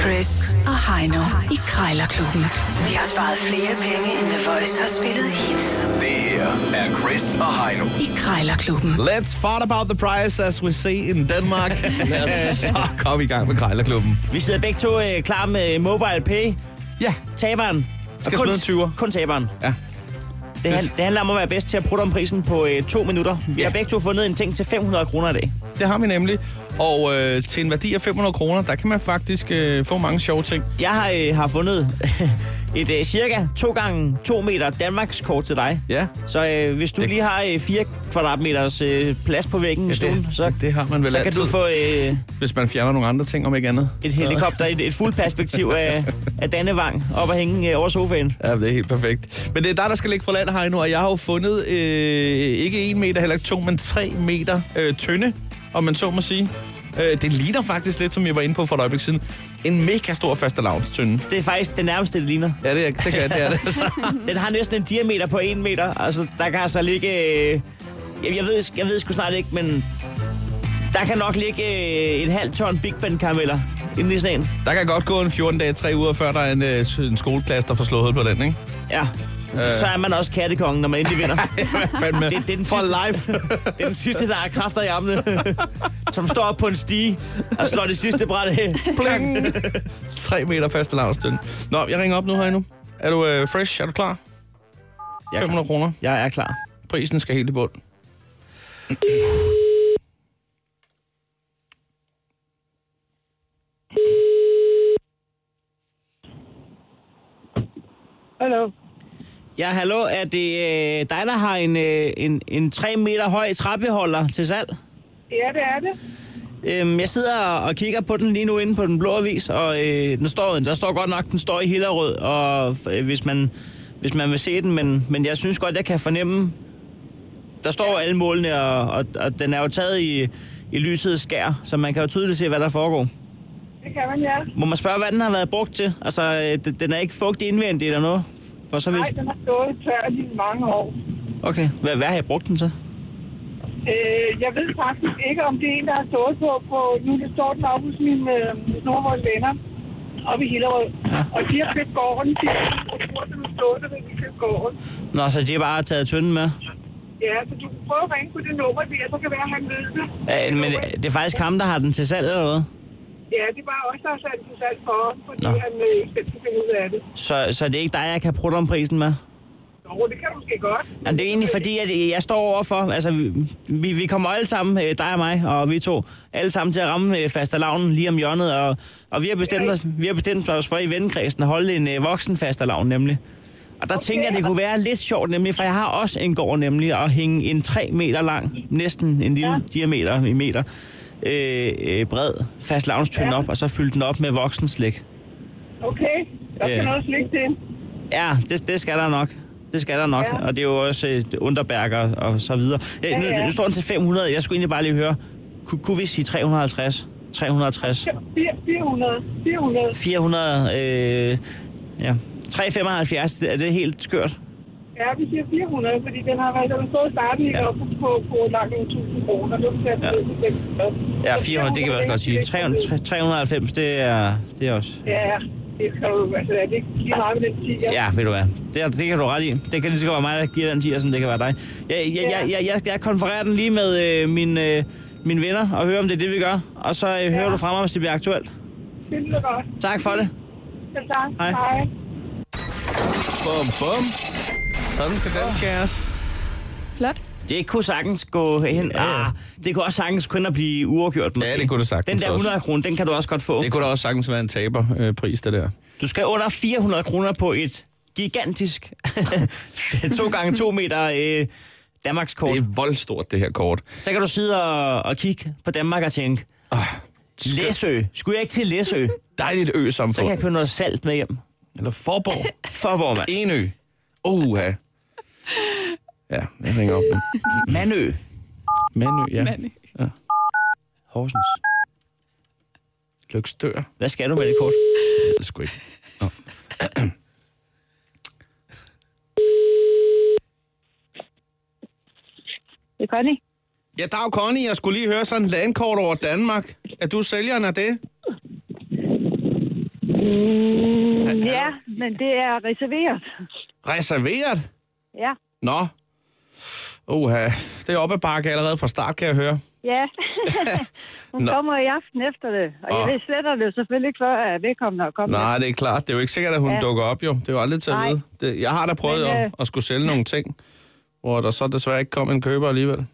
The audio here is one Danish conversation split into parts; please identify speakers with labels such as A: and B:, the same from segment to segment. A: Chris og Heino i Krejlerklubben. De har sparet flere penge, end The Voice har spillet hits
B: Det her er Chris og Heino.
A: i Krejlerklubben.
C: Let's fart about the price, as we say in Denmark. Så kom i gang med Krejlerklubben.
D: Vi sidder begge to øh, klar med mobile pay.
C: Ja,
D: Taberen.
C: Skal
D: Og kun,
C: smide en 20'er.
D: Kun taberen.
C: Ja.
D: Det, han, det handler om at være bedst til at prutte om prisen på øh, to minutter. Vi
C: Ja.
D: har begge to fundet en ting til 500 kroner i dag.
C: det har vi nemlig. Og øh, til en værdi af 500 kroner, der kan man faktisk øh, få mange sjove ting.
D: Jeg har, øh, har fundet et øh, cirka 2 gange 2 meter Danmarks kort til dig.
C: Ja.
D: Så øh, hvis du
C: Det-
D: lige har øh, 4 kvadratmeters øh, plads på væggen ja, i
C: det-
D: stuen, så,
C: det har man vel
D: så kan
C: altid.
D: du få øh,
C: Hvis man fjerner nogle andre ting, om ikke andet.
D: et helikopter, et, et fuldt perspektiv af, af Dannevang op at hænge øh, over sofaen.
C: Ja, det er helt perfekt. Men det er dig, der skal ligge fra land, Heino, og jeg har jo fundet øh, ikke en meter, heller ikke to, men tre meter øh, tynde, om man så må sige. Øh, det ligner faktisk lidt, som jeg var inde på for et øjeblik siden, en mega stor faste tynde.
D: Det er faktisk det nærmeste, det ligner.
C: Ja, det er det. Kan, det, er det.
D: Mm. Den har næsten en diameter på en meter. Altså, der kan altså ligge... Øh, jeg, jeg, ved, jeg ved sgu snart ikke, men... Der kan nok ligge øh, et halvt ton Big Ben karameller inde i sådan en.
C: Der kan godt gå en 14 dage, 3 uger, før der er en, øh, en skoleklasse, der får slået hul på den, ikke?
D: Ja.
C: Øh.
D: Så, så er man også kattekongen, når man endelig vinder.
C: Fandme.
D: Det- det er den
C: For
D: sidste.
C: life.
D: Det er den sidste, der har kræfter i armene, som står op på en stige og slår det sidste bræt af.
C: Pling. 3 meter faste lavstøn. Nå, jeg ringer op nu, Heino. Er du øh, fresh? Er du klar?
D: Jeg er
C: 500 kroner.
D: Jeg er klar.
C: Prisen skal helt i bund.
E: Hallo.
D: Ja, hallo. Er det øh, dig, der har en, øh, en, en 3 meter høj trappeholder til salg?
E: Ja, det er det.
D: Øhm, jeg sidder og kigger på den lige nu inde på den blå avis, og øh, den står, der står godt nok, den står i Hillerød, og øh, hvis, man, hvis man vil se den, men, men jeg synes godt, jeg kan fornemme, der står jo alle målene, og, og, og den er jo taget i, i lysets skær, så man kan jo tydeligt se, hvad der foregår.
E: Det kan man, ja.
D: Må man spørge, hvad den har været brugt til? Altså, øh, den- den er ikke fugtig indvendigt eller noget? For så
E: Nej,
D: vidt.
E: den har stået tør i mange år.
D: Okay. Hvad, hvad har jeg brugt den til?
E: Øh, jeg ved faktisk ikke, om det er en, der har stået på, på nu det står den op hos mine øh, nordvold venner oppe i Hillerød.
D: Ja.
E: Ja. Og de har købt gården, de har spurgt, om du stod der, de købte gården.
D: Nå, så de har bare taget tynden med.
E: Ja, så du kan prøve at ringe på det nummer der, så kan være, at han ved det.
D: Øh, men øh, det er faktisk ham, der har den til salg eller hvad?
E: Ja, det var også, der har sat sig salg for os, fordi
D: Nå.
E: han øh, ikke selv kan finde ud af det.
D: Så, så det er ikke dig, jeg kan prutte om prisen med?
E: Nå, det kan du måske godt.
D: Jamen, det er egentlig fordi, at jeg står overfor, altså vi- vi, vi kommer alle sammen, øh, dig og mig og vi to, alle sammen til at ramme øh, fastalavnen lige om hjørnet, og, og vi har bestemt os, vi har bestemt os for i vennekredsen at holde en øh, voksen fastalavn nemlig. Og der okay. tænker jeg, det kunne være lidt sjovt nemlig, for jeg har også en gård nemlig, at hænge en 3 meter lang, næsten en lille ja. diameter i meter, øh, øh, bred fastalavnstønd ja. op, og så fylde den op med voksenslik.
E: Okay, der skal
D: Ja.
E: noget slik til.
D: Ja, det, det skal der nok. Det skal der nok, ja.
E: Ja.
D: og det er jo også øh, underberger og så videre. Ja, nu,
E: Ja, ja.
D: nu står den til 500, jeg skulle egentlig bare lige høre, kunne, kunne vi sige 350, 360,
E: 400, 400.
D: 400, øh, ja, 375, er det helt skørt?
E: Ja, vi siger 400, fordi den har været, den har stået starten ja.
D: Ja.
E: op på, på, på langt nogle 1000 kroner. Nu skal jeg
D: Ja.
E: ja. til 600.
D: Ja,
E: Så
D: 400, det kan vi også godt sige. 300, 390, det er, det er også...
E: Ja, det skal du, altså, er det ikke lige meget med den 10?
D: Ja, ved du hvad. Det, er- det kan du ret i. Det kan lige så godt være mig, der giver den 10, som det kan være dig. Jeg, jeg, jeg, jeg, jeg, jeg konfererer den lige med øh, mine, øh, mine venner og hører, om det er det, vi gør. Og så øh, hører du fra mig, hvis det bliver aktuelt.
E: Det lyder godt.
D: Tak for det.
E: Selv tak.
D: Hej.
E: Hej.
C: Bum, bum. Sådan skal den skæres.
F: Flot.
D: Det kunne sagtens gå hen.
C: Ja, ja.
D: Ah, det kunne også sagtens kun at blive uafgjort, måske.
C: Ja, det kunne det sagtens
D: Den der
C: også.
D: 100 kroner, den kan du også godt få.
C: Det kunne da også sagtens være en taberpris, øh, pris, det der.
D: Du skal under 400 kroner på et gigantisk 2 gange 2 meter øh, Danmarkskort.
C: Det er voldstort, det her kort. Ah,
D: Så kan du sidde og, og kigge på Danmark og tænke, Læsø, skulle jeg ikke til Læsø?
C: Dejligt
D: Så kan jeg
C: ø-samfund.
D: købe noget salt med hjem.
C: Eller Forborg.
D: Forborg, mand.
C: Enø. Uha. Ja, jeg ringer op nu.
D: Manø.
C: Manø, ja. Manø. ja. Horsens. Lykstør.
D: Hvad skal du med det kort?
C: Jeg ved det sgu ikke. Nå.
E: Det er Connie.
C: Ja, dag Connie, jeg skulle lige høre sådan en landkort over Danmark. Er du sælgeren af det?
E: Mm, ja, men det er reserveret.
C: Reserveret?
E: Ja.
C: Nå. Uha, det er oppe ad bakke allerede fra start, kan jeg høre.
E: Ja. Hun
C: Nå.
E: kommer i aften efter det. Og
C: Åh.
E: jeg ved sletter det selvfølgelig ikke, før at vedkommende er kommet.
C: Nej, det er klart. Det er jo ikke sikkert, at hun ja.
E: Ja.
C: dukker op, jo. Det er jo aldrig til at
E: Nej.
C: vide. Det, jeg har da prøvet
E: Men,
C: Men,
E: øh,
C: at, at skulle sælge nogle ting, hvor der så desværre ikke kom en køber alligevel.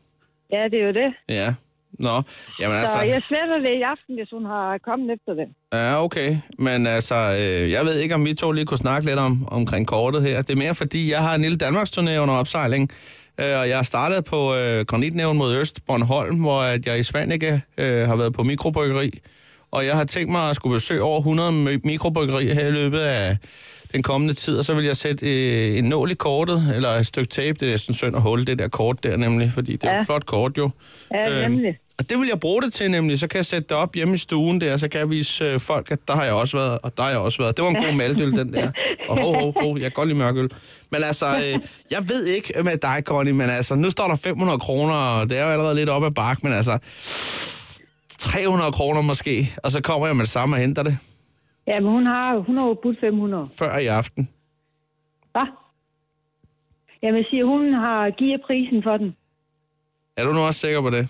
E: Ja, det er jo det.
C: Ja. Nå, jamen
E: Så
C: altså...
E: jeg sletter det i aften, hvis hun har kommet efter det.
C: Ja, okay. Men altså, øh, jeg ved ikke, om vi to lige kunne snakke lidt om, omkring kortet her. Det er mere, fordi jeg har en lille Danmarks turné under opsejling, øh, og jeg har startet på øh, Granitnævn mod Øst, Bornholm, hvor at jeg i Svanike øh, har været på mikrobryggeri, og jeg har tænkt mig at skulle besøge over 100 mi- mikrobryggerier her i løbet af den kommende tid, og så vil jeg sætte øh, en nål i kortet, eller et stykke tape, det er næsten synd at holde det der kort der nemlig, fordi det er ja.
E: Ja.
C: et flot kort jo.
E: Ja,
C: Øhm,
E: nemlig.
C: Og det vil jeg bruge det til nemlig. Så kan jeg sætte det op hjemme i stuen der, så kan jeg vise øh, folk, at der har jeg også været, og der har jeg også været. Det var en god maltøl, den der. Og ho, ho, ho, jeg kan godt lide mørkøl. Men altså, øh, jeg ved ikke med dig, Connie, men altså, nu står der 500 kroner, og det er jo allerede lidt op ad bakke, men altså, 300 kroner måske, og så kommer jeg med det samme og henter det
E: Ja, men hun har jo- hun har jo budt 500.
C: før i aften.
E: Hvad? Jamen, jeg siger, hun har givet prisen for den.
C: Er du nu også sikker på det?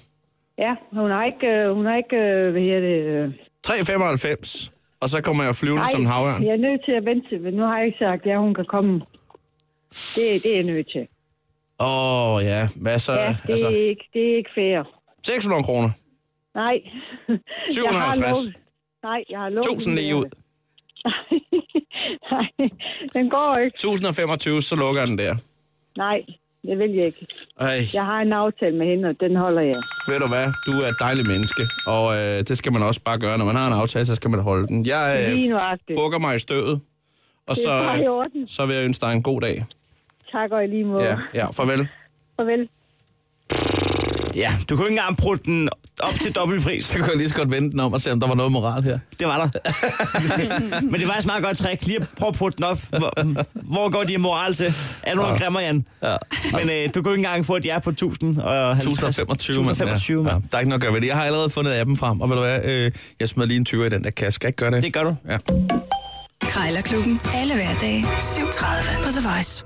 E: Ja, hun har ikke, øh, hun har ikke øh, hvad hedder det... øh,
C: 3,95, og så kommer jeg flyvende
E: nej,
C: som en havørn.
E: jeg er nødt til at vente til, men nu har jeg ikke sagt, at ja, hun kan komme. Det, det er jeg nødt til.
C: Åh, oh, ja. Hvad så?
E: Ja,
C: Øh,
E: det, altså. er
C: Altså,
E: ikke, det er ikke fair.
C: 600 kroner.
E: Nej. Jeg har
C: 750.
E: lovet- Nej, jeg har lovet...
C: 1000 lige ud.
E: Nej, den går ikke.
C: 1025, så lukker jeg den der.
E: Nej, det vil jeg ikke.
C: Ej,
E: Jeg har en aftale med hende, og den holder jeg.
C: ved du hvad? Du er et dejligt menneske, og øh, det skal man også bare gøre. Når man har en aftale, så skal man holde den. Jeg
E: Lige
C: øh,
E: nuagtigt.
C: bukker mig i støvet, og
E: Det er
C: så, øh,
E: bare i orden.
C: så vil jeg ønske dig en god dag.
E: Tak og i lige måde.
C: Ja, ja farvel.
E: Farvel.
D: Ja, du kunne ikke engang bruge den op til dobbeltpris.
C: Så kunne jeg lige så godt vente den om og se, om der var noget moral her.
D: Det var der. Men det var faktisk et meget godt trick. Lige at prøve at putte den op. Hvor, hvor går de moral til? Er du noget grimmer, Jan? Ja. Men øh, du kunne ikke engang få, at jeg er på 1000 og 50.
C: 1025, mand.
D: 1025,
C: ja.
D: mand.
C: Ja, der er ikke noget at gøre ved det. Jeg har allerede fundet appen frem, og ved du hvad? Øh, jeg smed lige en 20 i den der kasse. Skal jeg ikke gøre det?
D: Det gør du.
C: Ja.
A: Krejlerklubben. Alle hverdage. 7.30 på The Voice.